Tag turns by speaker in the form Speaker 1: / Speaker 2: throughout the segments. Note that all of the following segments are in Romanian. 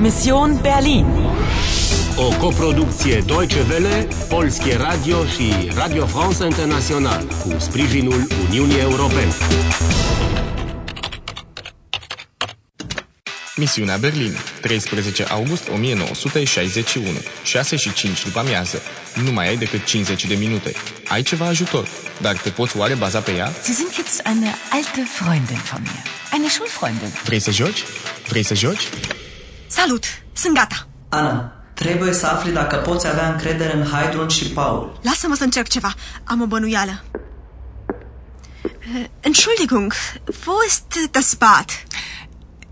Speaker 1: Mission Berlin.
Speaker 2: O coproducție Deutsche Welle, Polskie Radio și Radio France International cu sprijinul Uniunii Europene.
Speaker 3: Misiunea Berlin, 13 august 1961, 6 și 5 după amiază. Nu mai ai decât 50 de minute. Ai ceva ajutor, dar te poți oare baza pe ea?
Speaker 4: Sie sind jetzt eine alte Freundin von mir. Eine Schulfreundin.
Speaker 3: Vrei să joci? Vrei să joci?
Speaker 5: Salut! Sunt gata!
Speaker 6: Ana, trebuie să afli dacă poți avea încredere în Haidrun și Paul.
Speaker 5: Lasă-mă să încerc ceva. Am o bănuială. Eh, Entschuldigung, wo ist das Bad?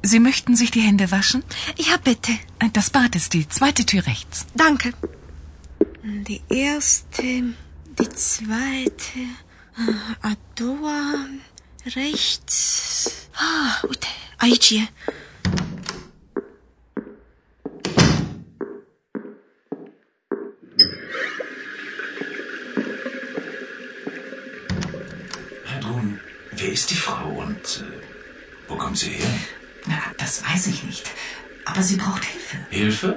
Speaker 4: Sie möchten sich die Hände waschen?
Speaker 5: Ja, bitte.
Speaker 4: Das Bad ist die zweite Tür rechts.
Speaker 5: Danke. Die erste, die zweite, eh, a doua, rechts. Ah, uite, aici e.
Speaker 7: Herr Brun, wer ist die Frau und äh, wo kommt sie her?
Speaker 4: Na, das weiß ich nicht. Aber sie braucht Hilfe.
Speaker 7: Hilfe?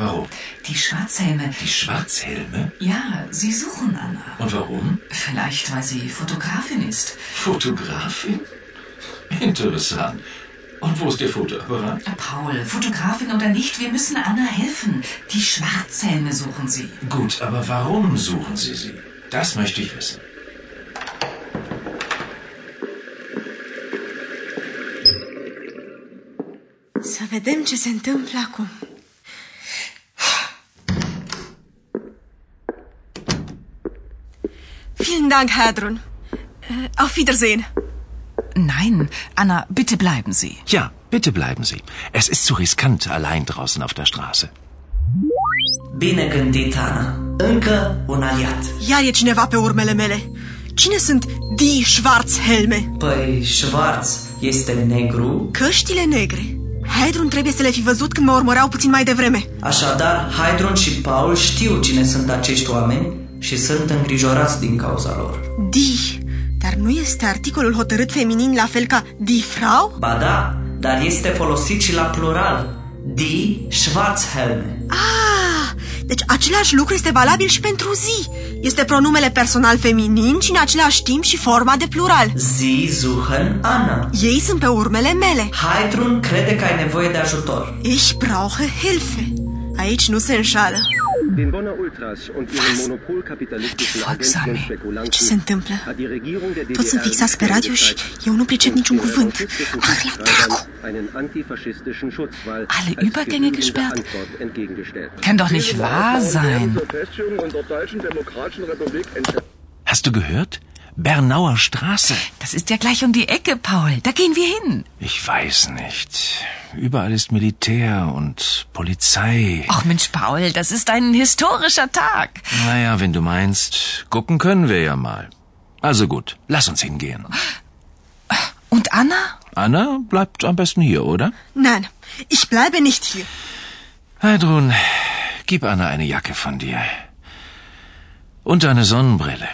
Speaker 7: Warum?
Speaker 4: Die Schwarzhelme.
Speaker 7: Die Schwarzhelme?
Speaker 4: Ja, sie suchen Anna.
Speaker 7: Und warum?
Speaker 4: Vielleicht, weil sie Fotografin ist.
Speaker 7: Fotografin? Interessant. Und wo ist Ihr Fotoapparat?
Speaker 4: Paul, Fotografin oder nicht, wir müssen Anna helfen. Die Schwarzhelme suchen sie.
Speaker 7: Gut, aber warum suchen Sie sie? Das möchte ich wissen.
Speaker 5: Să vedem ce se întâmplă acum. Vielen Dank, Hadron. Eh, Auf Wiedersehen.
Speaker 4: Nein, Anna, bitte bleiben Sie.
Speaker 7: Ja, bitte bleiben Sie. Es ist zu riskant, allein draußen auf der Straße.
Speaker 6: Bine gândit, Ana. Încă un aliat.
Speaker 5: Iar e cineva pe urmele mele. Cine sunt Die Schwarzhelme?
Speaker 6: Păi, Schwarz este negru,
Speaker 5: Căștile negre. Hedrun trebuie să le fi văzut când mă urmăreau puțin mai devreme.
Speaker 6: așadar Haidrun și Paul știu cine sunt acești oameni și sunt îngrijorați din cauza lor.
Speaker 5: Die. Dar nu este articolul hotărât feminin la fel ca Die Frau?
Speaker 6: Ba da, dar este folosit și la plural. Die Schwarzhelme.
Speaker 5: Ah, deci același lucru este valabil și pentru zi. Este pronumele personal feminin și în același timp și forma de plural.
Speaker 6: Sie suchen Anna.
Speaker 5: Ei sunt pe urmele mele.
Speaker 6: Haidrun crede că ai nevoie de ajutor.
Speaker 5: Ich brauche Hilfe. Aici nu se înșală.
Speaker 8: Den Bonner Ultras und ihren monopolkapitalistischen
Speaker 4: Volksarmee.
Speaker 8: Agenten und Spekulanten
Speaker 5: Ce se întâmplă?
Speaker 8: hat die Regierung der DDR um
Speaker 5: Toți sunt fixați pe radio și eu nu pricep niciun cuvânt. Ah, la dracu!
Speaker 8: einen antifaschistischen Schutzwall
Speaker 4: Alle
Speaker 8: als
Speaker 4: Übergänge
Speaker 8: genügende
Speaker 4: gesperrt?
Speaker 8: Antwort entgegengestellt.
Speaker 4: Kann doch nicht wahr sein.
Speaker 7: Hast du gehört? Bernauer Straße.
Speaker 4: Das ist ja gleich um die Ecke, Paul. Da gehen wir hin.
Speaker 7: Ich weiß nicht. Überall ist Militär und Polizei.
Speaker 4: Ach Mensch, Paul, das ist ein historischer Tag.
Speaker 7: Naja, wenn du meinst, gucken können wir ja mal. Also gut, lass uns hingehen.
Speaker 4: Und Anna?
Speaker 7: Anna bleibt am besten hier, oder?
Speaker 5: Nein, ich bleibe nicht hier.
Speaker 7: Heidrun, gib Anna eine Jacke von dir. Und eine Sonnenbrille.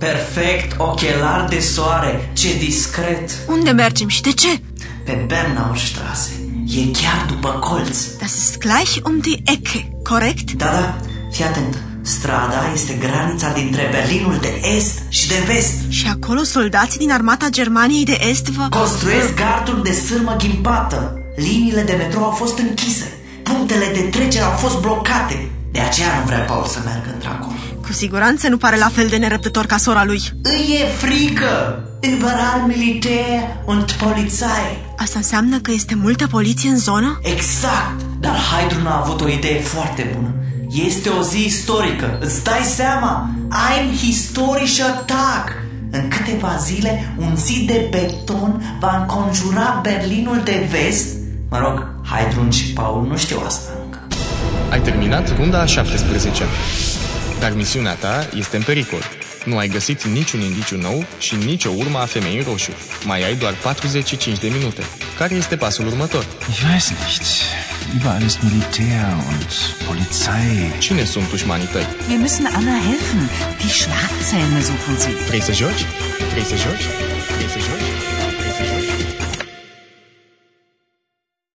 Speaker 6: Perfect, ochelar de soare, ce discret!
Speaker 5: Unde mergem și de ce?
Speaker 6: Pe Bernauer Straße. E chiar după colț.
Speaker 5: Das ist gleich um die Ecke, corect?
Speaker 6: Da, da, fii atent. Strada este granița dintre Berlinul de Est și de Vest.
Speaker 5: Și acolo soldații din armata Germaniei de Est vă...
Speaker 6: Construiesc garduri de sârmă ghimpată. Liniile de metrou au fost închise. Punctele de trecere au fost blocate. De aceea nu vrea Paul să meargă într-acolo.
Speaker 5: Cu siguranță nu pare la fel de nerăbdător ca sora lui.
Speaker 6: Îi e frică! Überall Militär und Polizei.
Speaker 5: Asta înseamnă că este multă poliție în zonă?
Speaker 6: Exact! Dar Haidrun a avut o idee foarte bună. Este o zi istorică. Îți dai seama? Ein historischer Tag! În câteva zile, un zid de beton va înconjura Berlinul de vest. Mă rog, Haidrun și Paul nu știu asta încă.
Speaker 3: Ai terminat runda a 17 Dar misiunea ta este în pericol. Nu ai găsit niciun indiciu nou și nicio urmă a femeii în roșu. Mai ai doar 45 de minute. Care este pasul următor?
Speaker 7: Ich weiß nicht. Überall ist Militär und Polizei.
Speaker 3: Cine sunt dușmanii tăi?
Speaker 4: Wir müssen Anna helfen. Die Schwarzhelme suchen sie.
Speaker 3: Vrei să joci? Vrei să joci? Vrei să joci?